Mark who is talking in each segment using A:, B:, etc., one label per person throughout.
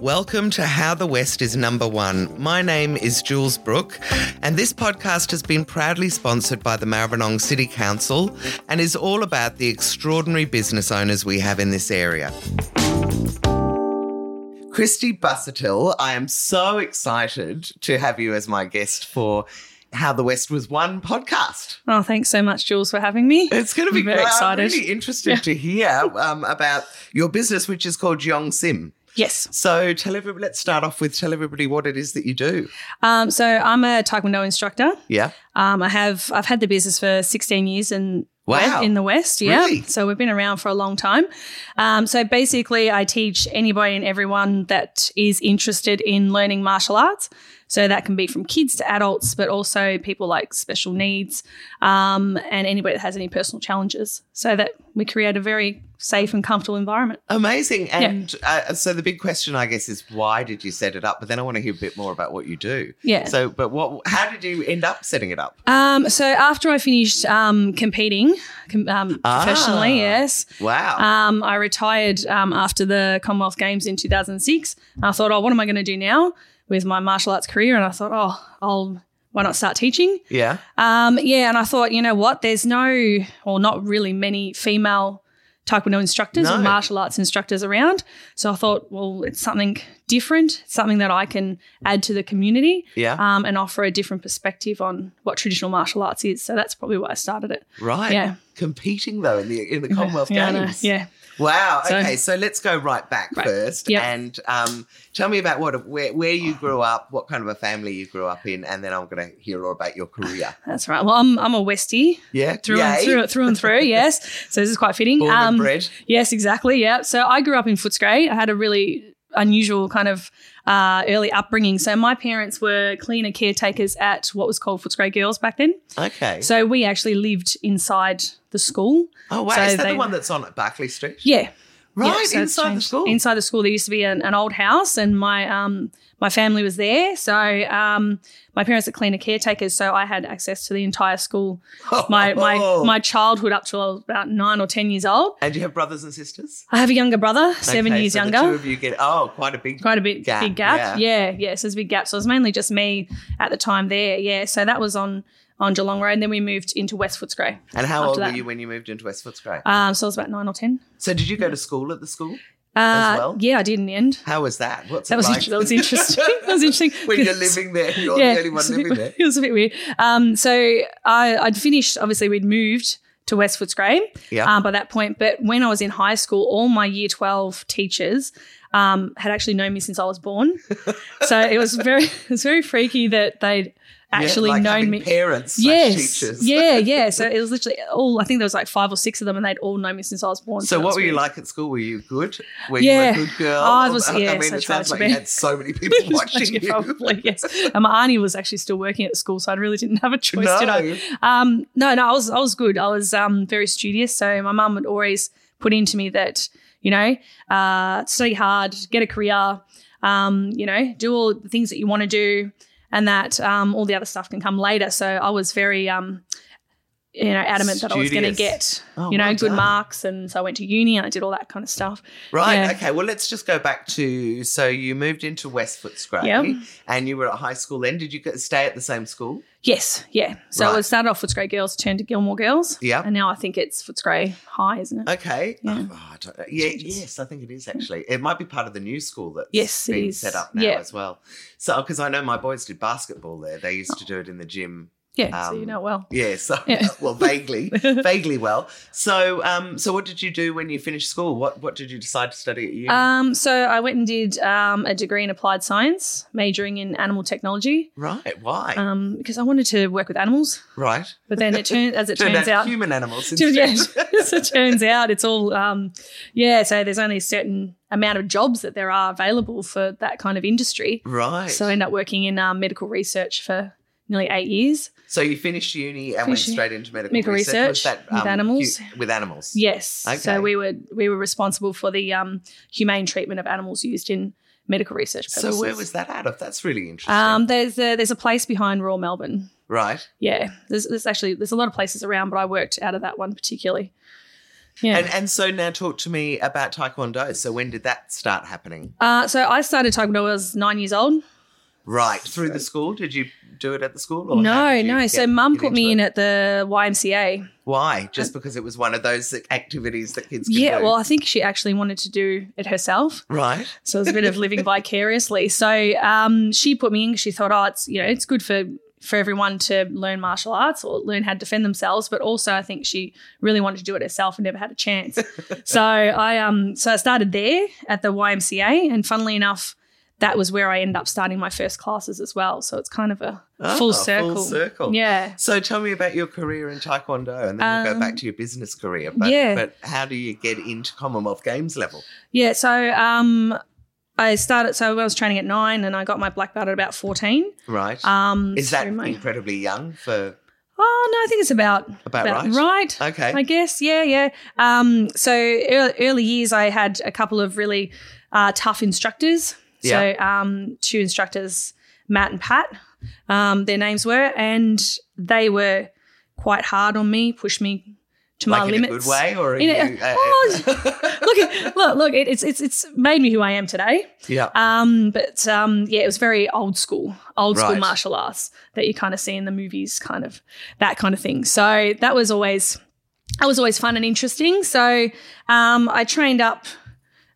A: Welcome to How the West is Number One. My name is Jules Brook, and this podcast has been proudly sponsored by the Maribyrnong City Council and is all about the extraordinary business owners we have in this area. Christy Bussettil, I am so excited to have you as my guest for How the West Was One podcast.
B: Oh, thanks so much, Jules, for having me.
A: It's going to be
B: I'm very
A: great.
B: excited.
A: I'm really interested to hear um, about your business, which is called Yong Sim.
B: Yes.
A: So tell everybody. Let's start off with tell everybody what it is that you do.
B: Um, so I'm a Taekwondo instructor.
A: Yeah.
B: Um, I have I've had the business for 16 years and
A: Wow.
B: in the West. Yeah.
A: Really?
B: So we've been around for a long time. Um, so basically, I teach anybody and everyone that is interested in learning martial arts. So that can be from kids to adults, but also people like special needs um, and anybody that has any personal challenges. So that we create a very safe and comfortable environment.
A: Amazing. And uh, so the big question, I guess, is why did you set it up? But then I want to hear a bit more about what you do.
B: Yeah.
A: So, but what? How did you end up setting it up?
B: Um, so after I finished um, competing com- um,
A: Ah.
B: professionally, yes,
A: Wow.
B: um, I retired um, after the Commonwealth Games in 2006. And I thought, oh, what am I going to do now with my martial arts career? And I thought, oh, I'll why not start teaching?
A: yeah.
B: Um, yeah, and I thought, you know what? There's no, or not really many female Taekwondo instructors or
A: No.
B: martial arts instructors around. So I thought, well, it's something different, something that I can add to the community
A: Yeah.
B: um, and offer a different perspective on what traditional martial arts is. So that's probably why I started it.
A: right.
B: yeah.
A: Competing though in the in the Commonwealth
B: yeah, I know.
A: Games.
B: Yeah.
A: Wow.
B: So-
A: okay, so let's go right back
B: Right.
A: first,
B: Yep.
A: and um, tell me about what where, where you grew up, what kind of a family you grew up in, and then I'm going to hear all about your career.
B: That's right. Well, I'm, I'm a Westie
A: Yeah,
B: through
A: Yay.
B: and through, through and through. Yes. So this is quite fitting. Um,
A: Born and bred.
B: Yes, exactly. Yeah. So I grew up in Footscray. I had a really unusual kind of uh, early upbringing. So my parents were cleaner caretakers at what was called Footscray Girls back then.
A: Okay.
B: So we actually lived inside the school.
A: oh wow,
B: so
A: is that
B: they-
A: the one that's on at Barclay Street?
B: Yeah.
A: Right
B: Yeah, so it's
A: inside the
B: changed.
A: school.
B: Inside the school, there used to be an, an old house, and my um my family was there. So um my parents are cleaner caretakers, so I had access to the entire school. My my
A: Oh.
B: my childhood up till I was about nine or ten years old.
A: And do you have brothers and sisters?
B: I have a younger brother, seven
A: Okay,
B: years
A: so the
B: younger.
A: two of you get oh, quite a big.
B: Quite a bit
A: Gap,
B: big gap. Yeah. yeah, So there's a big gap. So it was mainly just me at the time there. Yeah. So that was on on Geelong Road. And then we moved into West Footscray.
A: And how
B: after
A: old
B: that.
A: were you when you moved into West Footscray?
B: Um, so I was about nine or ten.
A: so did you go to school at the school?
B: Uh,
A: well?
B: Yeah, I did in the end.
A: How was that? What's
B: That
A: it
B: was
A: like?
B: int- that was interesting. That was interesting. Uh,
A: when you're
B: 'Cause-
A: living there, you're the only one
B: it was a
A: living
B: bit-
A: there.
B: It was a bit weird. Um, so I, I'd finished, obviously, we'd moved to West Footscray
A: Yeah.
B: um, by that point. But when I was in high school, all my year 12 teachers um, had actually known me since I was born. so it was very, it was very freaky that they'd
A: Yeah,
B: actually
A: like
B: known
A: having
B: me.
A: Parents, slash
B: Yes.
A: teachers.
B: Yeah, yeah. So it was literally all, I think there was like five or six of them and they'd all known me since I was born.
A: So,
B: that
A: what
B: was
A: were you
B: weird.
A: like at school? Were you good? Were
B: Yeah.
A: you a good girl?
B: I was-
A: I
B: yes,
A: mean,
B: I
A: it
B: tried
A: sounds
B: to
A: like
B: be.
A: you had so many people watching you.
B: Probably, yes. And my auntie was actually still working at the school, so I really didn't have a choice, did I?
A: No.
B: Um, no, no, I was I was good. I was um, very studious. So my mum would always put into me that you know, uh, study hard, get a career, um, you know, do all the things that you want to do, and that um, all the other stuff can come later. So I was very um, you know adamant that I was going to
A: Studious.
B: get
A: Oh,
B: you know
A: well
B: good
A: done.
B: marks, and so I went to uni and I did all that kind of stuff.
A: Right.
B: Yeah.
A: Okay. Well, let's just go back to so you moved into West Footscray
B: Yep.
A: and you were at high school then. Did you go- stay at the same school?
B: Yes, yeah. So
A: Right.
B: it started off Footscray Girls, turned to Gilmore Girls.
A: Yeah.
B: And now I think it's Footscray High, isn't it?
A: Okay.
B: Uh, Yeah.
A: Oh, I don't know. yeah yes, I think it is actually. It might be part of the new school that's
B: Yes, it
A: been
B: is.
A: set up now
B: Yeah.
A: as well. So, because I know my boys did basketball there. They used to do it in the gym.
B: Yeah, so
A: Um,
B: you know it well.
A: Yeah. So,
B: Yeah.
A: well, vaguely, vaguely well. So, um, so what did you do when you finished school? What What did you decide to study at uni?
B: Um, so I went and did um, a degree in applied science, majoring in animal technology,
A: right. Why?
B: um, because I wanted to work with animals.
A: right.
B: But then it turned, as it
A: Turned
B: turns out,
A: human animals.
B: Turns-
A: instead.
B: yeah, so it turns out it's all um, yeah. So there's only a certain amount of jobs that there are available for that kind of industry.
A: Right.
B: So I ended up working in um, medical research for nearly eight years.
A: So you finished uni and went
B: Finished uni.
A: straight into medical,
B: Medical
A: Was
B: research
A: that,
B: with animals.
A: hu- with animals.
B: Yes.
A: Okay.
B: So we were we were responsible for the um, humane treatment of animals used in medical research purposes.
A: So where was that out of? That's really interesting.
B: Um, there's a, there's a place behind Royal Melbourne.
A: right.
B: Yeah, there's, there's actually there's a lot of places around, but I worked out of that one particularly. Yeah.
A: And and so now talk to me about Taekwondo. So when did that start happening?
B: Uh, so I started Taekwondo when I was nine years old.
A: Right through the school? Did you do it at the school? Or how
B: no,
A: did you
B: no.
A: get-
B: So mum
A: get
B: put
A: into
B: me
A: it?
B: in at the YMCA.
A: Why? Just because it was one of those activities that kids. Can
B: Yeah,
A: do.
B: well, I think she actually wanted to do it herself.
A: right.
B: So it was a bit of living vicariously. So um, she put me in 'cause she thought, oh, it's you know, it's good for for everyone to learn martial arts or learn how to defend themselves. But also, I think she really wanted to do it herself and never had a chance. so I um so I started there at the YMCA, and funnily enough, that was where I ended up starting my first classes as well. So it's kind of a
A: Ah,
B: full circle.
A: Full circle.
B: Yeah.
A: So tell me about your career in Taekwondo, and then we'll go
B: Um,
A: back to your business career. But,
B: yeah.
A: but how do you get into Commonwealth Games level?
B: Yeah, so um, I started. So I was training at nine, and I got my black belt at about fourteen.
A: Right.
B: Um,
A: Is that
B: through my-
A: incredibly young for
B: oh no, I think it's about
A: about, right?
B: right.
A: Okay.
B: I guess, yeah, yeah. Um, so ear early years, I had a couple of really uh, tough instructors. So um, two instructors, Matt and Pat, um, their names were, and they were quite hard on me, pushed me to
A: like
B: my
A: in
B: limits.
A: a good way, or are
B: In a- Oh,
A: you, uh, uh,
B: look, look, look! It, it's it's it's made me who I am today.
A: yeah.
B: Um, but um, yeah, it was very old school, old school
A: Right.
B: martial arts that you kind of see in the movies, kind of that kind of thing. So that was always that was always fun and interesting. So um, I trained up.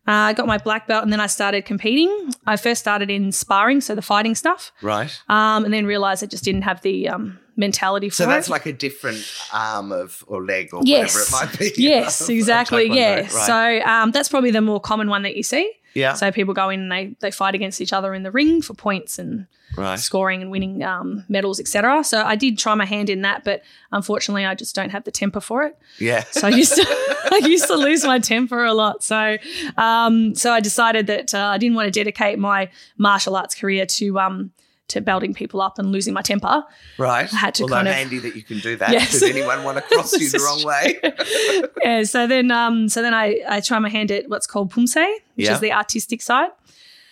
B: uh, I got my black belt and then I started competing. I first started in sparring, so the fighting stuff,
A: Right.
B: um, and then realized I just didn't have the um, mentality for
A: So
B: it.
A: that's like a different arm of or leg or
B: Yes.
A: whatever it might be.
B: yes,
A: of
B: exactly.
A: Taekwondo.
B: Yeah.
A: Right.
B: So um, that's probably the more common one that you see.
A: yeah.
B: So people go in and they, they fight against each other in the ring for points and
A: right.
B: scoring and winning um, medals, etc. So I did try my hand in that, but unfortunately, I just don't have the temper for it.
A: Yeah.
B: So I used to, I used to lose my temper a lot. So, um, so I decided that uh, I didn't want to dedicate my martial arts career to um, to belting people up and losing my temper.
A: Right.
B: I had to
A: Although
B: kind of-
A: handy that you can do that.
B: Yes.
A: Does anyone want to cross you
B: This
A: the
B: is
A: wrong way?
B: yeah. So then, um, so then I I try my hand at what's called pumse, which
A: Yeah.
B: is the artistic side.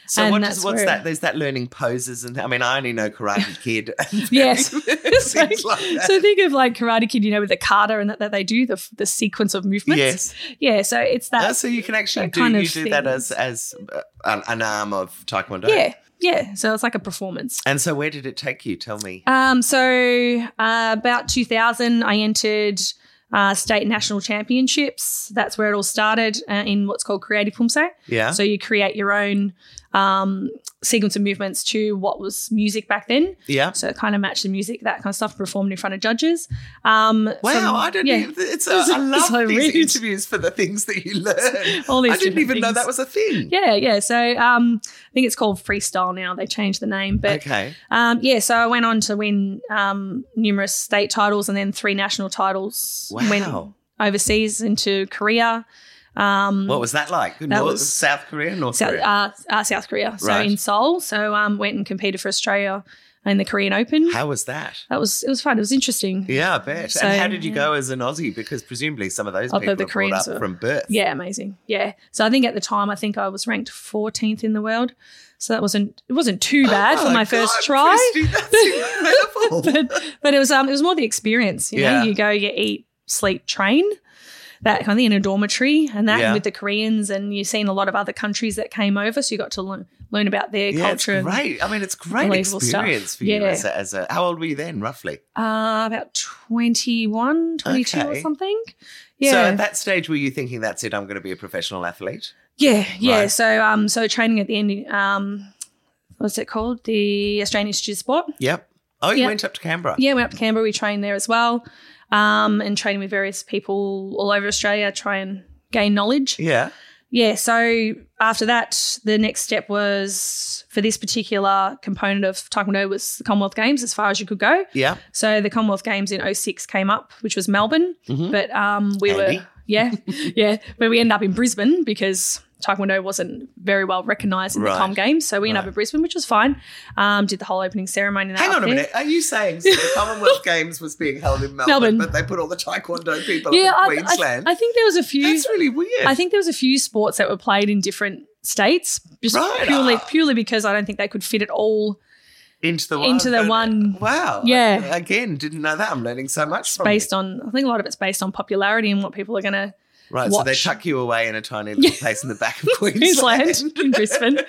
A: So
B: And
A: what
B: that's
A: does, what's
B: where-
A: that? There's that learning poses and I mean I only know Karate Kid. and
B: Yes.
A: things
B: so,
A: like that.
B: so think of like Karate Kid, you know, with the kata and that, that they do the f- the sequence of movements.
A: yes.
B: Yeah. So it's that.
A: Uh, so you can actually
B: that
A: do
B: kind
A: you
B: of
A: do that
B: things.
A: as as uh, an, an arm of Taekwondo.
B: yeah. Yeah. So it's like a performance.
A: And so where did it take you? Tell me.
B: Um, so uh, about 2000, I entered uh, state national championships. That's where it all started uh, in what's called creative pumse.
A: Yeah.
B: So you create your own um, sequence of movements to what was music back then.
A: yeah.
B: So it kind of matched the music, that kind of stuff, performed in front of judges. Um,
A: Wow,
B: some-
A: I don't.
B: yeah.
A: Even, it's a, I love
B: so
A: these
B: weird.
A: interviews for the things that you learn.
B: All these
A: I didn't
B: different
A: even know
B: things.
A: that was a thing.
B: Yeah, yeah. So um, I think it's called freestyle now. They changed the name, but
A: okay.
B: um, yeah. So I went on to win um, numerous state titles and then three national titles.
A: Wow.
B: Went overseas into Korea. Um,
A: what was that like? Good
B: that
A: North,
B: was-
A: South Korea, North
B: South,
A: Korea.
B: uh, uh, South Korea. So
A: Right.
B: in Seoul. So um, went and competed for Australia in the Korean Open.
A: How was that?
B: that was it was fun. It was interesting.
A: Yeah, I bet.
B: So,
A: and how did you
B: yeah.
A: go as an Aussie? Because presumably some of those
B: Oh, the-
A: people
B: the
A: are brought up
B: Koreans were-
A: from birth.
B: Yeah, amazing. Yeah. So I think at the time I think I was ranked 14th in the world. So that wasn't it wasn't too bad
A: Oh
B: for my
A: God,
B: first try.
A: Christy, that's incredible.
B: but but it was um it was more the experience. You
A: Yeah.
B: know, you go, you eat, sleep, train, that kind of thing in a dormitory, and that
A: Yeah.
B: with the Koreans, and you've seen a lot of other countries that came over, so you got to learn learn about their
A: yeah,
B: culture.
A: it's great. I mean, it's great
B: unbelievable stuff.
A: experience for you
B: Yeah.
A: as a, as a. How old were you then, roughly?
B: Uh, about 21, 22 or
A: Okay.
B: something.
A: So
B: Yeah,
A: at that stage, were you thinking, "That's it, I'm going to be a professional athlete"?
B: yeah, yeah.
A: Right.
B: So um, so training at the end, um, what's it called? The Australian Institute of Sport.
A: Yep. Oh, you
B: Yeah.
A: went up to Canberra.
B: Yeah, went up to Canberra. We trained there as well, um, and training with various people all over Australia, try and gain knowledge.
A: Yeah.
B: Yeah, so after that, the next step was for this particular component of Taekwondo was the Commonwealth Games as far as you could go.
A: Yeah.
B: So the Commonwealth Games in 06 came up, which was Melbourne,
A: Mhm.
B: but um, we
A: Handy.
B: were yeah, yeah, but we ended up in Brisbane because Taekwondo wasn't very well recognised in
A: Right.
B: the Com Games, so we ended
A: Right.
B: up in Brisbane, which was fine. Um, did the whole opening ceremony. and that
A: Hang
B: up
A: on a
B: there.
A: minute. Are you saying so the Commonwealth Games was being held in Melbourne,
B: Melbourne.
A: but they put all the Taekwondo people
B: Yeah,
A: up
B: I,
A: in
B: I-
A: Oh, Queensland?
B: I think there was a few.
A: That's really weird.
B: I think there was a few sports that were played in different states, just
A: Right.
B: purely purely because I don't think they could fit it all
A: into the
B: into the one-
A: Wow.
B: Yeah.
A: Again, didn't know that. I'm learning so much.
B: based on. I think a lot of it's based on popularity and what people are going to
A: Right, so they
B: watch.
A: tuck you away in a tiny little place in the back of Queensland.
B: Queensland in Brisbane.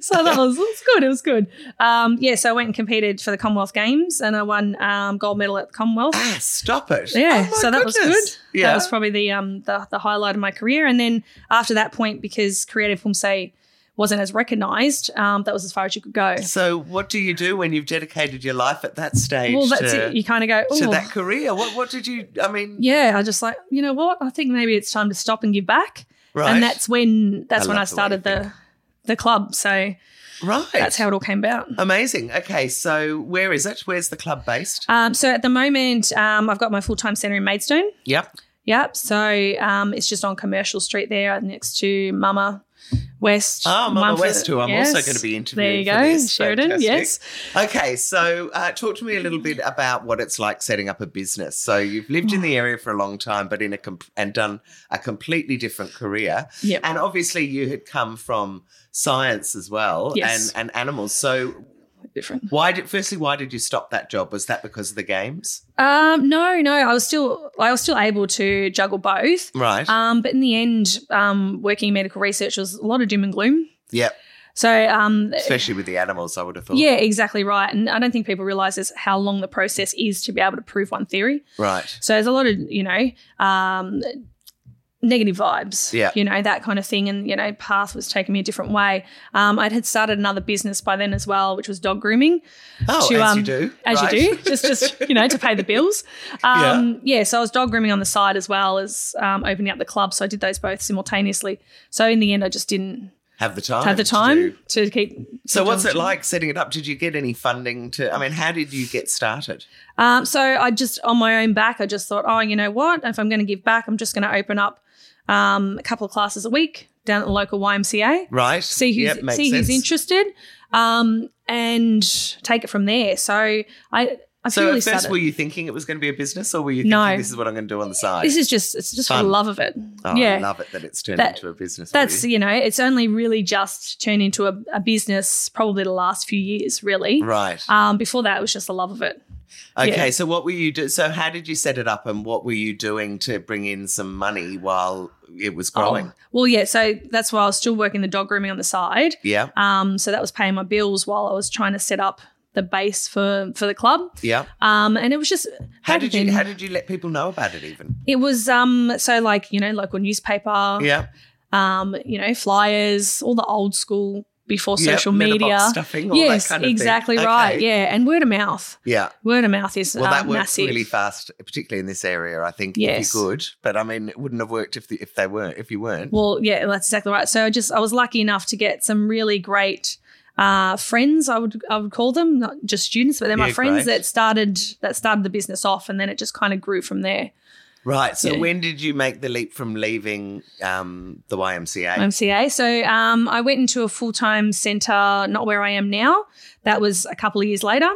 B: So that was, it was good. It was good. Um, yeah, so I went and competed for the Commonwealth Games and I won um, gold medal at the Commonwealth.
A: Ah, stop it.
B: Yeah,
A: Oh my
B: so that was
A: goodness.
B: good.
A: Yeah.
B: That was probably the um the, the highlight of my career. And then after that point, because Creative Film Say wasn't as recognised, um, that was as far as you could go.
A: so what do you do when you've dedicated your life at that stage
B: Well, that's
A: to,
B: it. You kind of go,
A: to
B: oh,
A: that career? What what did you I mean
B: yeah. I just like, you know what? I think maybe it's time to stop and give back.
A: right.
B: And that's when that's
A: I
B: when
A: love
B: I
A: the way
B: started
A: you
B: the the club. So
A: right.
B: that's how it all came about.
A: Amazing. Okay, so where is it? Where's the club based?
B: Um, so at the moment, um, I've got my full time centre in Maidstone.
A: yep.
B: Yep. So um, it's just on Commercial Street there, next to Mama West.
A: Oh, Mama
B: Mumford-
A: West, who I'm also
B: Yes.
A: going to be
B: There
A: interviewing.
B: you
A: for
B: go,
A: this.
B: Sheridan.
A: Fantastic.
B: Yes.
A: Okay, so uh, talk to me a little bit about what it's like setting up a business. So you've lived in the area for a long time, but in a com- and done a completely different career,
B: Yep.
A: and obviously you had come from science as well,
B: Yes.
A: and and animals. So
B: Different.
A: why did firstly why did you stop that job? Was that because of the games?
B: Um, no, no. I was still I was still able to juggle both.
A: Right.
B: Um, but in the end, um, working in medical research was a lot of doom and gloom.
A: yep.
B: So um,
A: Especially with the animals, I would have thought.
B: yeah, exactly right. And I don't think people realise this how long the process is to be able to prove one theory.
A: Right.
B: So there's a lot of, you know, um, negative vibes,
A: Yeah.
B: you know, that kind of thing. And, you know, path was taking me a different way. Um, I'd had started another business by then as well, which was dog grooming,
A: Oh,
B: To,
A: as
B: um,
A: you do.
B: as
A: right.
B: you do, just, just, you know, to pay the bills. Um, yeah. So I was dog grooming on the side as well as um, opening up the club. So I did those both simultaneously. So in the end, I just didn't
A: have the time.
B: have the
A: to
B: time
A: do.
B: to, keep.
A: So
B: keep
A: what's
B: doing
A: it like setting it up? Did you get any funding to I mean, how did you get started?
B: Um, so I just on my own back, I just thought, oh, you know what? If I'm going to give back, I'm just going to open up um, a couple of classes a week down at the local YMCA.
A: Right.
B: See who's
A: Yep, makes
B: see who's
A: sense.
B: interested, um, and take it from there. So I I
A: So
B: really
A: at first,
B: started.
A: were you thinking it was going to be a business, or were you thinking
B: No.
A: this is what I'm going to do on the side?
B: this is just it's just for
A: Fun.
B: the love of it.
A: oh,
B: yeah,
A: I love it that it's turned
B: That-
A: into a business.
B: that's
A: for
B: you know it's only really just turned into a, a business probably the last few years really.
A: you. right.
B: Um, before that, it was just the love of it.
A: Okay. So what were you do? So how did you set it up, and what were you doing to bring in some money while it was growing?
B: Oh, well, yeah. So that's why I was still working the dog grooming on the side.
A: Yeah.
B: Um, so that was paying my bills while I was trying to set up the base for for the club.
A: Yeah.
B: Um, and it was just
A: How did you?
B: then-
A: How did you let people know about it? Even.
B: it was um so like you know local newspaper,
A: Yeah.
B: um you know flyers, all the old school before
A: Yeah,
B: social
A: letterbox
B: media.
A: Stuffing. All
B: Yes,
A: That kind of thing.
B: exactly
A: Okay.
B: right. Yeah, and word of mouth.
A: Yeah.
B: Word of mouth is
A: Well,
B: uh,
A: that works
B: massive.
A: really fast, particularly in this area. I think
B: Yes.
A: if you could, but I mean, it wouldn't have worked if the, if they weren't if you weren't.
B: Well, yeah, that's exactly right. So I just I was lucky enough to get some really great uh, friends. I would I would call them not just students, but they're my
A: Yeah,
B: friends
A: great.
B: that started that started the business off, and then it just kind of grew from there.
A: Right. So
B: Yeah.
A: when did you make the leap from leaving um, the YMCA?
B: MCA. So um, I went into a full time centre, not where I am now. That was a couple of years later.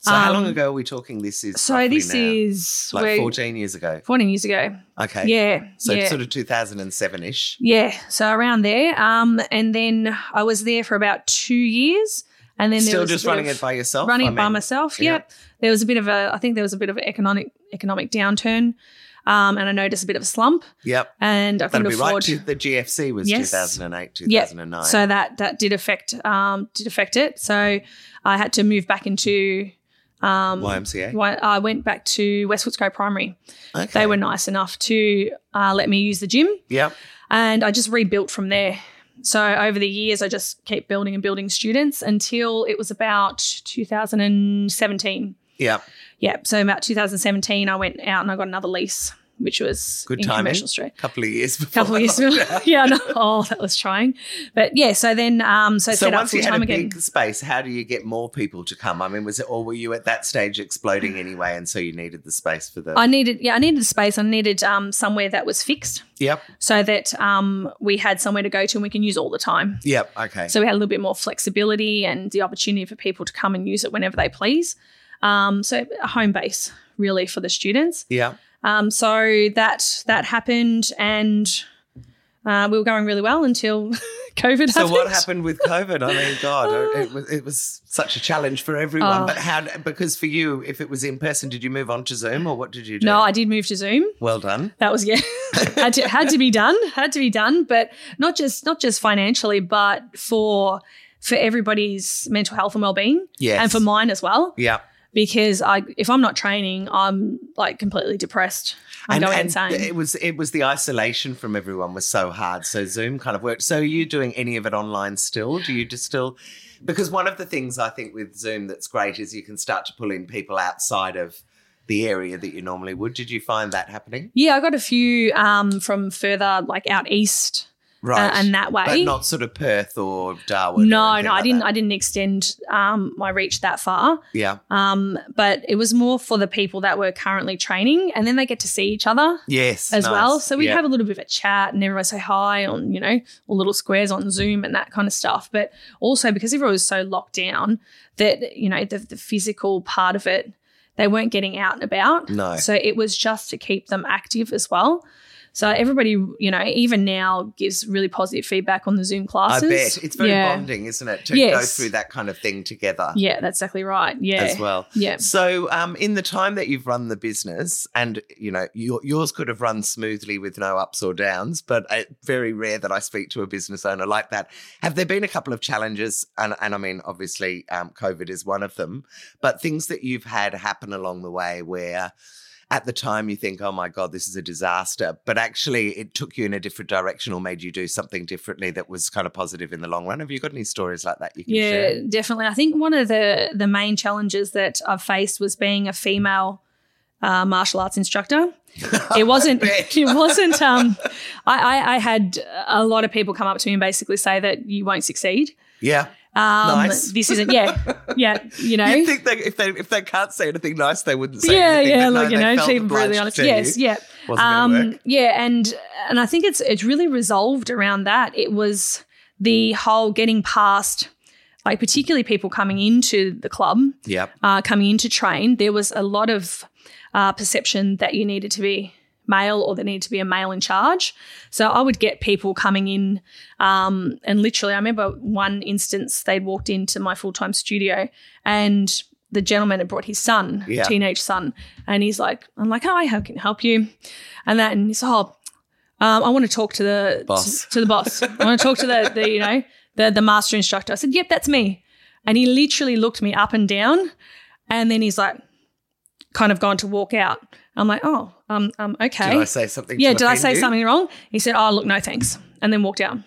A: so how long
B: um,
A: ago are we talking? This is
B: So
A: roughly
B: this
A: now?
B: is
A: like
B: where-
A: 14 years ago.
B: 14 years ago.
A: Okay.
B: Yeah.
A: So
B: yeah.
A: it's sort of 2007 ish.
B: yeah. So around there. Um, and then I was there for about two years. And then there
A: Still
B: was a
A: just
B: bit
A: running
B: of-
A: it by yourself.
B: running
A: Oh, I
B: it by
A: mean,
B: myself.
A: yeah.
B: Yep. There was a bit of a, I think there was a bit of an economic economic downturn, um, and I noticed a bit of a slump,
A: Yep.
B: and I couldn't
A: That'll be right.
B: afford.
A: To, the GFC was
B: Yes.
A: 2008,
B: Yeah.
A: 2009.
B: So that that did affect um, did affect it. So I had to move back into. Um,
A: YMCA.
B: why- I went back to West Footscray Primary.
A: Okay.
B: They were nice enough to uh, let me use the gym,
A: Yep.
B: and I just rebuilt from there. So over the years, I just kept building and building students until it was about 2017.
A: Yep.
B: Yeah, so about 2017, I went out and I got another lease, which was
A: Good
B: in
A: timing.
B: Commercial Street.
A: couple of years before.
B: couple of years ago.
A: lockdown.
B: yeah, no, oh, that was trying. But yeah, so then, um, so, I
A: So
B: set up
A: once
B: full
A: you had a
B: time again.
A: big space, how do you get more people to come? I mean, was it or were you at that stage exploding anyway, and so you needed the space for the?
B: I needed, yeah, I needed a space. I needed um, somewhere that was fixed
A: yep,
B: so that um, we had somewhere to go to and we can use all the time.
A: yep, okay.
B: So we had a little bit more flexibility and the opportunity for people to come and use it whenever they please. Um, so a home base really for the students.
A: yeah,
B: Um, so that that happened, and Uh, we were going really well until COVID
A: So
B: happened.
A: what happened with COVID? I mean, God, it was it was such a challenge for everyone.
B: Oh.
A: But how? Because for you, if it was in person, did you move on to Zoom or what did you do?
B: No, I did move to Zoom.
A: well done.
B: That was yeah, had to had to be done, had to be done. But not just not just financially, but for for everybody's mental health and well being,
A: Yes.
B: and for mine as well.
A: Yeah.
B: Because I, if I'm not training, I'm like completely depressed. I'm going insane.
A: It was it was the isolation from everyone was so hard. So Zoom kind of worked. So are you doing any of it online still? Do you just still because one of the things I think with Zoom that's great is you can start to pull in people outside of the area that you normally would. Did you find that happening?
B: yeah, I got a few um, from further like out east uh,
A: Right.
B: and that way.
A: but not sort of Perth or Darwin. or
B: no,
A: anything
B: no, I
A: like
B: didn't.
A: that.
B: I didn't extend um, my reach that far.
A: yeah.
B: Um, but it was more for the people that were currently training, and then they get to see each other
A: Yes.
B: as
A: nice.
B: well. So we
A: Yeah.
B: have a little bit of a chat and everyone say hi on, you know, or little squares on Zoom and that kind of stuff. But also because everyone was so locked down that, you know, the, the physical part of it, they weren't getting out and about.
A: No.
B: So it was just to keep them active as well. So everybody, you know, even now gives really positive feedback on the Zoom
A: I
B: classes.
A: bet it's very
B: yeah.
A: bonding, isn't it, to go
B: Yes.
A: through that kind of thing together
B: Yeah, that's exactly right. Yeah.
A: as well.
B: Yeah.
A: So, um, in the time that you've run the business, and you know your, yours could have run smoothly with no ups or downs, but it's very rare that I speak to a business owner like that. Have there been a couple of challenges? And, and I mean, obviously, um, COVID is one of them, but things that you've had happen along the way where. At the time, you think, oh my God, this is a disaster. But actually, it took you in a different direction or made you do something differently that was kind of positive in the long run. Have you got any stories like that you can
B: Yeah,
A: share?
B: definitely. I think one of the the main challenges that I've faced was being a female uh, martial arts instructor. It wasn't.
A: bet.
B: it wasn't. Um, I, I, I had a lot of people come up to me and basically say that you won't succeed.
A: Yeah.
B: Um,
A: Nice.
B: This isn't. Yeah, yeah. You know.
A: You think they, if they if they can't say anything nice, they wouldn't say
B: yeah,
A: anything.
B: yeah.
A: but no,
B: Look, you
A: they
B: know,
A: felt
B: to be brutally
A: obliged
B: honest.
A: to
B: Yes,
A: you.
B: yeah. Um,
A: Wasn't gonna work.
B: yeah, and and I think it's it's really resolved around that. It was the whole getting past, like particularly people coming into the club
A: Yep.
B: uh, coming into train, there was a lot of uh, perception that you needed to be male or there needed to be a male in charge. So I would get people coming in, um, and literally, I remember one instance they'd walked into my full time studio and the gentleman had brought his son,
A: Yeah.
B: teenage son, and he's like, I'm like, hi, how can I help you? And that, and he's, oh, um, I want to talk to the
A: Boss.
B: To, to the boss. I want to talk to the, the you know the the master instructor. I said, "Yep, that's me." And he literally looked me up and down, and then he's like, kind of gone to walk out. I'm like, "Oh, um, um, okay."
A: Did I say something?
B: yeah,
A: to
B: did I
A: offend
B: say
A: you?
B: something wrong? He said, "Oh, look, no, thanks," and then walked out.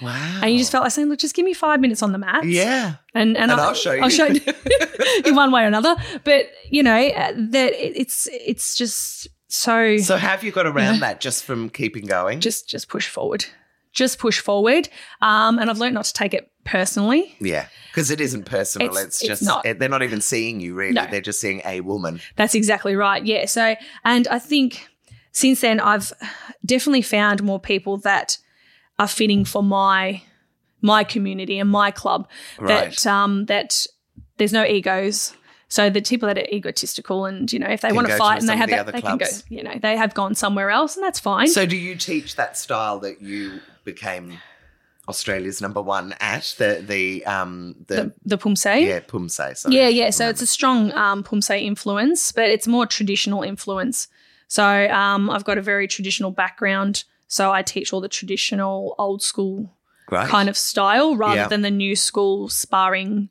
A: Wow.
B: And you just felt like saying, "Look, just give me five minutes on the mat."
A: Oh. Yeah.
B: and and,
A: And
B: I,
A: I'll show you.
B: I'll show you in one way or another. But you know uh, that it- it's it's just so
A: So how have you got around that just from keeping going?
B: just just push forward just push forward um, and i've learned not to take it personally
A: yeah, because it isn't personal.
B: It's-
A: It's,
B: it's
A: just
B: not.
A: it- they're not even seeing you really.
B: No.
A: They're just seeing a woman.
B: that's exactly right yeah so and i think since then i've definitely found more people that are fitting for my my community and my club
A: Right.
B: that um that there's no egos so the people that are egotistical and you know if they
A: Can
B: want
A: go
B: to
A: to
B: fight and
A: some
B: they
A: of
B: have
A: the
B: that
A: other
B: they can go
A: clubs.
B: you know they have gone somewhere else and that's fine
A: So do you teach that style that you became Australia's number one at the the um the,
B: the, the pumse
A: yeah Pumse? Sorry.
B: Yeah, yeah. So it's a strong um, Pumse influence, but it's more traditional influence. So um, I've got a very traditional background. So I teach all the traditional, old school
A: right.
B: kind of style rather
A: Yeah.
B: than the new school sparring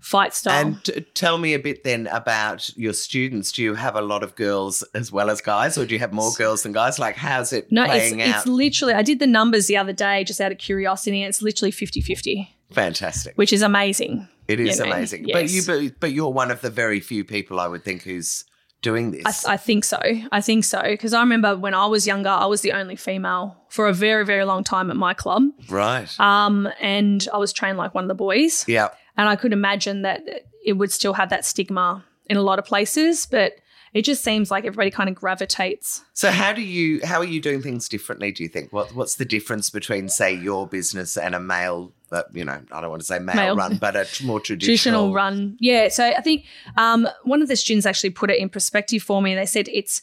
B: fight style.
A: And t- tell me a bit then about your students. Do you have a lot of girls as well as guys, or do you have more girls than guys? Like, how's it
B: no, it's,
A: playing
B: it's
A: out?
B: literally, I did the numbers the other day just out of curiosity, and it's literally 50 50,
A: Fantastic.
B: which is amazing.
A: It is
B: you know,
A: amazing.
B: yes.
A: But you, but, but you're one of the very few people I would think who's doing this.
B: I, th- I think so. I think so. Because I remember when I was younger, I was the only female for a very, very long time at my club.
A: right.
B: Um, and I was trained like one of the boys.
A: yeah.
B: And I could imagine that it would still have that stigma in a lot of places, but it just seems like everybody kind of gravitates.
A: So how do you how are you doing things differently? Do you think what what's the difference between say your business and a male? Uh, you know, I don't want to say male,
B: Male.
A: run, but a t- more
B: Traditional
A: traditional,
B: run. Yeah. So I think um, one of the students actually put it in perspective for me. They said it's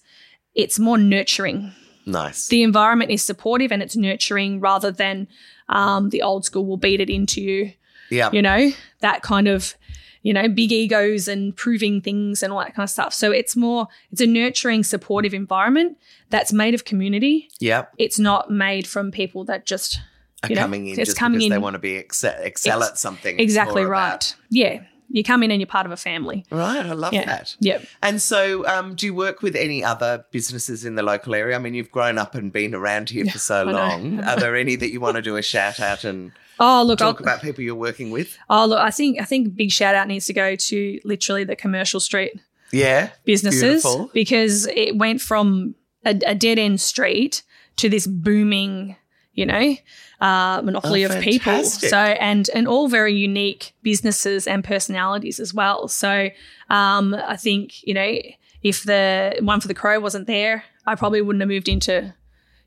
B: it's more nurturing.
A: Nice.
B: the environment is supportive and it's nurturing rather than um, the old school will beat it into you,
A: yeah.
B: you know, that kind of, you know, big egos and proving things and all that kind of stuff. So it's more, it's a nurturing, supportive environment that's made of community.
A: yeah.
B: It's not made from people that just
A: Are
B: you know,
A: coming in
B: it's
A: just
B: coming
A: because they
B: in-
A: want to be excel, excel
B: Ex-
A: at something. It's
B: exactly
A: more
B: right.
A: about-
B: Yeah. You come in and you're part of a family.
A: right. I love
B: Yeah.
A: that.
B: Yep.
A: And so, um, do you work with any other businesses in the local area? I mean, you've grown up and been around here for so
B: know.
A: long. Are there any that you want to do a shout out and
B: Oh look, I'll,
A: talk about people you're working with?
B: oh look, I think I think big shout out needs to go to literally the commercial street
A: Yeah.
B: businesses
A: Beautiful.
B: because it went from a, a dead end street to this booming, you know, uh, monopoly
A: Oh,
B: of people.
A: fantastic.
B: So and and all very unique businesses and personalities as well. So um, I think you know if the one for the crow wasn't there, I probably wouldn't have moved into,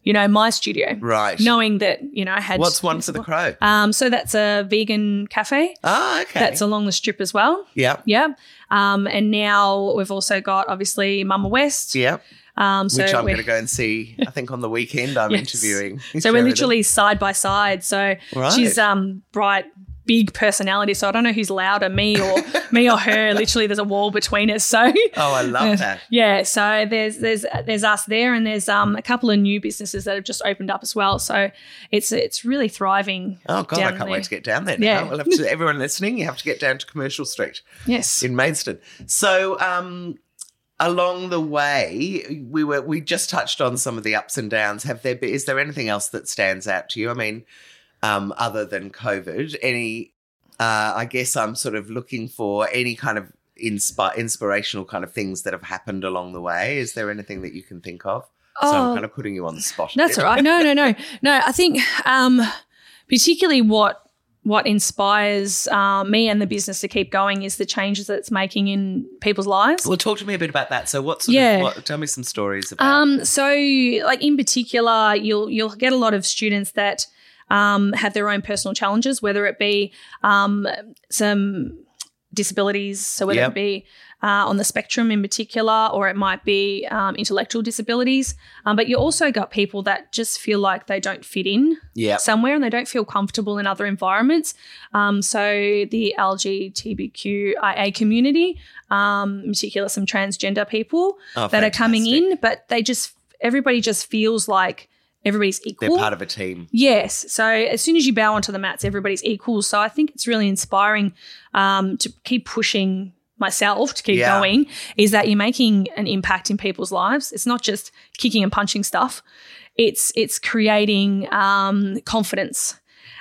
B: you know, my studio,
A: Right.
B: knowing that you know I had
A: What's one for the crow?
B: Um, so that's a vegan cafe.
A: Ah, okay.
B: That's along the strip as well.
A: yeah.
B: Yeah. Um, and now we've also got obviously Mama West.
A: Yeah.
B: Um, so
A: Which I'm
B: we're-
A: going to go and see. I think on the weekend I'm
B: Yes.
A: interviewing.
B: so we're
A: Sheridan.
B: literally side by side. So
A: Right.
B: she's um bright, big personality. So I don't know who's louder, me or me or her. Literally, there's a wall between us. So
A: Oh, I love that.
B: yeah. So there's there's there's us there, and there's um a couple of new businesses that have just opened up as well. So it's it's really thriving.
A: Oh God, I
B: down
A: can't
B: there.
A: wait to get down there. Now.
B: Yeah.
A: We'll have to, everyone listening, you have to get down to Commercial Street
B: Yes.
A: in Maidstone. So, um, along the way, we were we just touched on some of the ups and downs. Have there been, is there anything else that stands out to you? I mean, um, other than COVID, any? Uh, I guess I'm sort of looking for any kind of inspi- inspirational kind of things that have happened along the way. Is there anything that you can think of? So I'm kind of putting you on the spot. a
B: Oh. That's
A: bit.
B: all right. No, no, no, no. I think um, particularly what what inspires uh, me and the business to keep going is the changes that it's making in people's lives.
A: Well, talk to me a bit about that. So, what sort
B: Yeah.
A: of what, tell me some stories about?
B: Um, so like in particular, you'll you'll get a lot of students that um, have their own personal challenges, whether it be um, some disabilities, so whether
A: Yep.
B: it be uh, on the spectrum in particular, or it might be um, intellectual disabilities. Um, but you also got people that just feel like they don't fit in
A: yeah,
B: somewhere and they don't feel comfortable in other environments. Um, so the LGBTQIA community, um, in particular some transgender people
A: Oh,
B: that are coming
A: fantastic.
B: in, but they just everybody just feels like everybody's
A: They're
B: equal.
A: part of a team.
B: Yes. So as soon as you bow onto the mats, everybody's equal. So I think it's really inspiring um, to keep pushing myself to keep
A: Yeah.
B: going is that you're making an impact in people's lives. It's not just kicking and punching stuff. It's it's creating um, confidence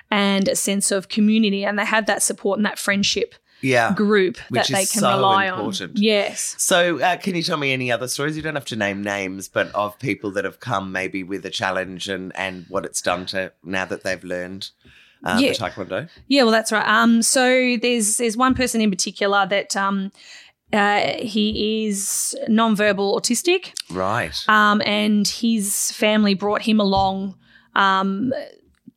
B: and a sense of community, and they have that support and that friendship
A: Yeah.
B: group
A: Which
B: that they
A: is
B: can
A: so
B: rely
A: important.
B: on. Yes.
A: So, uh, can you tell me any other stories? You don't have to name names, but of people that have come maybe with a challenge and and what it's done to now that they've learned uh,
B: Yeah.
A: the taekwondo.
B: Yeah, well, that's right. Um, so there's there's one person in particular that um, uh, he is nonverbal autistic,
A: Right.
B: um, and his family brought him along. Um,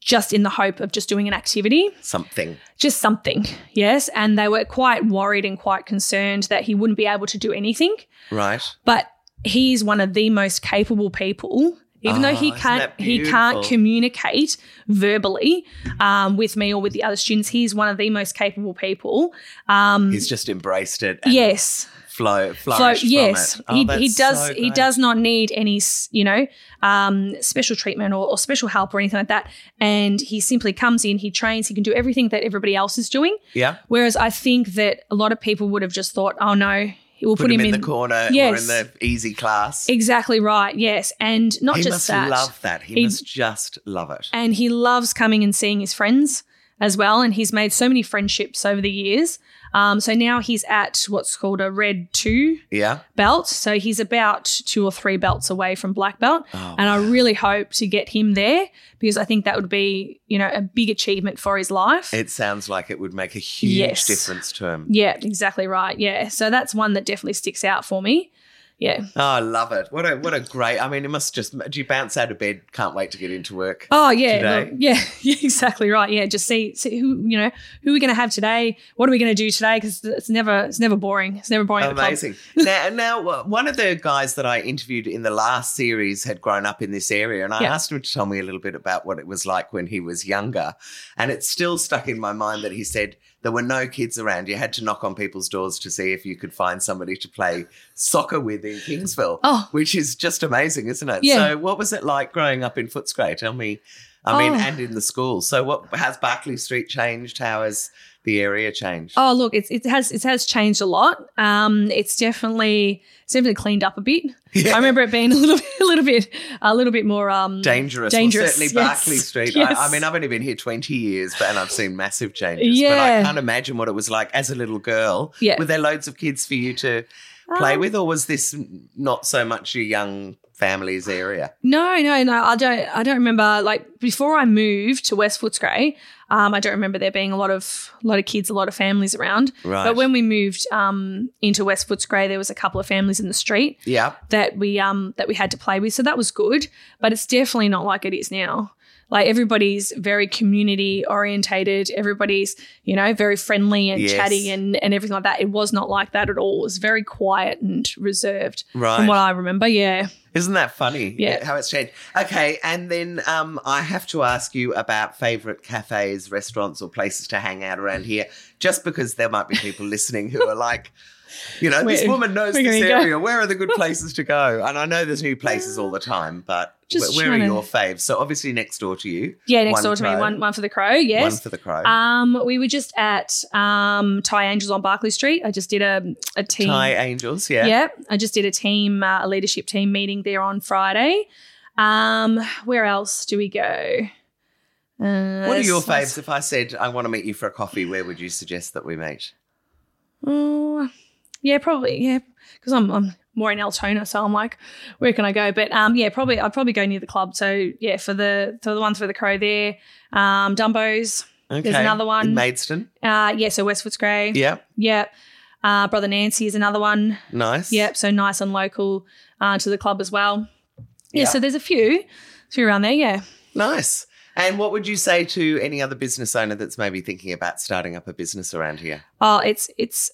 B: just in the hope of just doing an activity,
A: Something.
B: just something, yes. And they were quite worried and quite concerned that he wouldn't be able to do anything.
A: Right.
B: But he is one of the most capable people. Even
A: Oh,
B: though he
A: isn't
B: can't,
A: that
B: he can't
A: beautiful?
B: communicate verbally um, with me or with the other students. He's one of the most capable people. Um,
A: He's just embraced it. And
B: yes,
A: Flow.
B: so
A: Flourished
B: yes,
A: From it. Oh,
B: he,
A: that's
B: he does.
A: so
B: he
A: great.
B: does not need any, s- you know, um, special treatment or, or special help or anything like that. And he simply comes in, he trains, he can do everything that everybody else is doing.
A: Yeah.
B: Whereas I think that a lot of people would have just thought, oh no, we'll
A: Put, him, in, the corner
B: Yes.
A: or in the easy class.
B: Exactly right. Yes, and not
A: he
B: just
A: must
B: that.
A: love that. He,
B: He-
A: must just love it.
B: and he loves coming and seeing his friends as well. And he's made so many friendships over the years. Um, so now he's at what's called a red two
A: Yeah.
B: belt. So he's about two or three belts away from black belt.
A: Oh,
B: And I really hope to get him there because I think that would be, you know, a big achievement for his life.
A: It sounds like it would make a huge
B: Yes.
A: difference to him.
B: yeah, exactly right. Yeah. So that's one that definitely sticks out for me. yeah.
A: Oh, I love it. What a what a great. I mean, it must just. Do you bounce out of bed? Can't wait to get into work.
B: Oh yeah,
A: Today.
B: look, yeah, yeah, exactly right. Yeah, just see, see who you know who we're going to have today. What are we going to do today? Because it's never it's never boring. It's never boring. at the club.
A: Amazing. now, now, uh, one of the guys that I interviewed in the last series had grown up in this area, and I
B: Yeah.
A: asked him to tell me a little bit about what it was like when he was younger. And it's still stuck in my mind that he said there were no kids around. You had to knock on people's doors to see if you could find somebody to play soccer with in Kingsville,
B: Oh.
A: which is just amazing, isn't it?
B: Yeah.
A: So, what was it like growing up in Footscray? Tell me. I mean,
B: Oh.
A: and in the school. So, what has Barclay Street changed? How has the area changed?
B: Oh look, it's, it has it has changed a lot. Um, it's definitely it's definitely cleaned up a bit.
A: Yeah.
B: I remember it being a little bit, a little bit a little bit more um
A: dangerous.
B: Dangerous,
A: Well, certainly
B: yes.
A: Barclay Street.
B: Yes.
A: I, I mean, I've only been here 20 years, but and I've seen massive changes. But I
B: Yeah.
A: can't imagine what it was like as a little girl.
B: Yeah.
A: Were there loads of kids for you to play
B: Um,
A: with, or was this not so much your young family's area?
B: No, no, no. I don't. I don't remember. Like before I moved to West Footscray, um, I don't remember there being a lot of a lot of kids, a lot of families around.
A: Right.
B: But when we moved um, into West Footscray, there was a couple of families in the street
A: yeah.
B: that we um, that we had to play with, so that was good. But it's definitely not like it is now. Like everybody's very community orientated. Everybody's you know very friendly and
A: Yes.
B: chatty and and everything like that. It was not like that at all. It was very quiet and reserved, from what
A: Right.
B: I remember. Yeah.
A: Isn't that funny?
B: Yeah.
A: How it's changed. Okay. And then um, I have to ask you about favourite cafes, restaurants, or places to hang out around here, just because there might be people listening who are like, you know, this
B: Where-
A: woman knows
B: where
A: this
B: can we go?
A: area. Where are the good places to go? And I know there's new places all the time, but
B: Just
A: where, where are
B: trying to-
A: your faves? So obviously next door to you,
B: Yeah, next
A: One
B: door to me,
A: crow.
B: one one for the crow.
A: one
B: Yes.
A: for the crow.
B: Um, we were just at um Thai Angels on Barclay Street. I just did a a team.
A: Thai Angels, yeah.
B: yeah. I just did a team, uh, a leadership team meeting there on Friday. Um, where else do we go? Uh,
A: What are your
B: there's-
A: faves? If I said I want to meet you for a coffee, where would you suggest that we meet?
B: Oh, yeah, probably. Yeah, because I'm I'm more in Altona, so I'm like, where can I go? But um, yeah, probably I'd probably go near the club. So yeah, for the for the one for the crow there, um, Dumbo's.
A: Okay.
B: another one.
A: in Maidstone.
B: Uh, yeah, so West Footscray.
A: Yeah,
B: Yep. Uh, Brother Nancy is another one.
A: nice.
B: Yep. So nice and local uh, to the club as well. Yeah,
A: Yeah.
B: So there's a few, few around there. Yeah.
A: Nice. And what would you say to any other business owner that's maybe thinking about starting up a business around here?
B: Oh, it's it's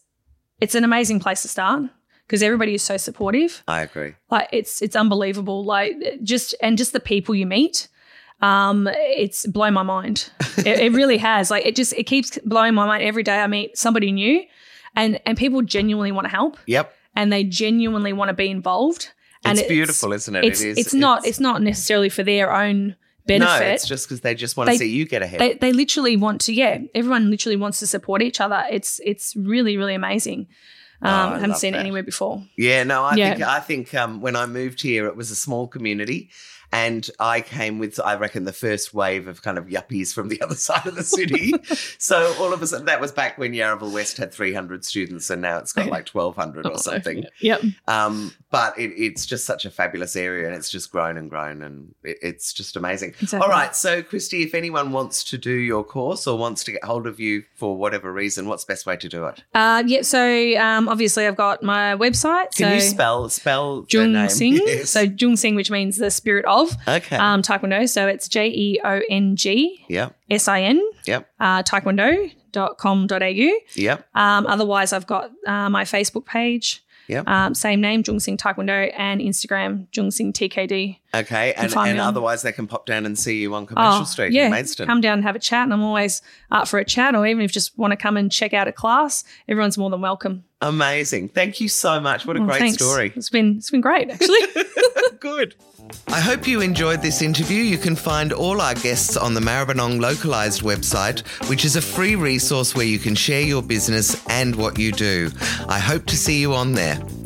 B: it's an amazing place to start because everybody is so supportive.
A: I agree.
B: Like it's it's unbelievable. Like just and just the people you meet. Um, it's blown my mind. It, it really has. Like it just it keeps blowing my mind every day. I meet somebody new, and and people genuinely want to help
A: Yep.
B: and they genuinely want to be involved. And
A: It's, beautiful, isn't it?
B: it's
A: it is.
B: it's not it's, not necessarily for their own benefit.
A: No, it's just because they just want to
B: They-
A: see you get ahead.
B: they they literally want to yeah. Everyone literally wants to support each other. It's it's really really amazing.
A: Oh, I
B: Um, I haven't
A: love
B: seen
A: that.
B: it anywhere before.
A: yeah, no, I
B: Yeah.
A: think I think um, when I moved here, it was a small community, and I came with I reckon the first wave of kind of yuppies from the other side of the city. so all of a sudden, that was back when Yarraville West had 300 students, and now it's got like 1,200
B: Oh,
A: or something.
B: Yep.
A: Um, but it, it's just such a fabulous area and it's just grown and grown and it, it's just amazing.
B: Exactly.
A: All right. So, Christy, if anyone wants to do your course or wants to get hold of you for whatever reason, what's the best way to do it?
B: Uh, yeah. So um, obviously I've got my website.
A: Can you
B: so
A: spell spell the
B: Jung
A: name?
B: Sing.
A: Yes.
B: So Jung Sing, which means the spirit of
A: okay.
B: um, Taekwondo. So it's J E O N G
A: yep.
B: S I N
A: Yep.
B: uh, taekwondo.com.au.
A: Yep.
B: Um, otherwise, I've got uh, my Facebook page,
A: Yep.
B: um, same name, Jung Sing Taekwondo, and Instagram, Jung Sing TKD.
A: Okay. And,
B: find
A: and
B: me on-
A: otherwise, they can pop down and see you on Commercial Street in Maidstone.
B: Oh, come down and have a chat, and I'm always up for a chat, or even if you just want to come and check out a class, everyone's more than welcome.
A: amazing. Thank you so much. What a
B: Well,
A: great
B: Oh, thanks.
A: story.
B: It's been it's been great actually.
A: Good. I hope you enjoyed this interview. You can find all our guests on the Maribyrnong Localised website, which is a free resource where you can share your business and what you do. I hope to see you on there.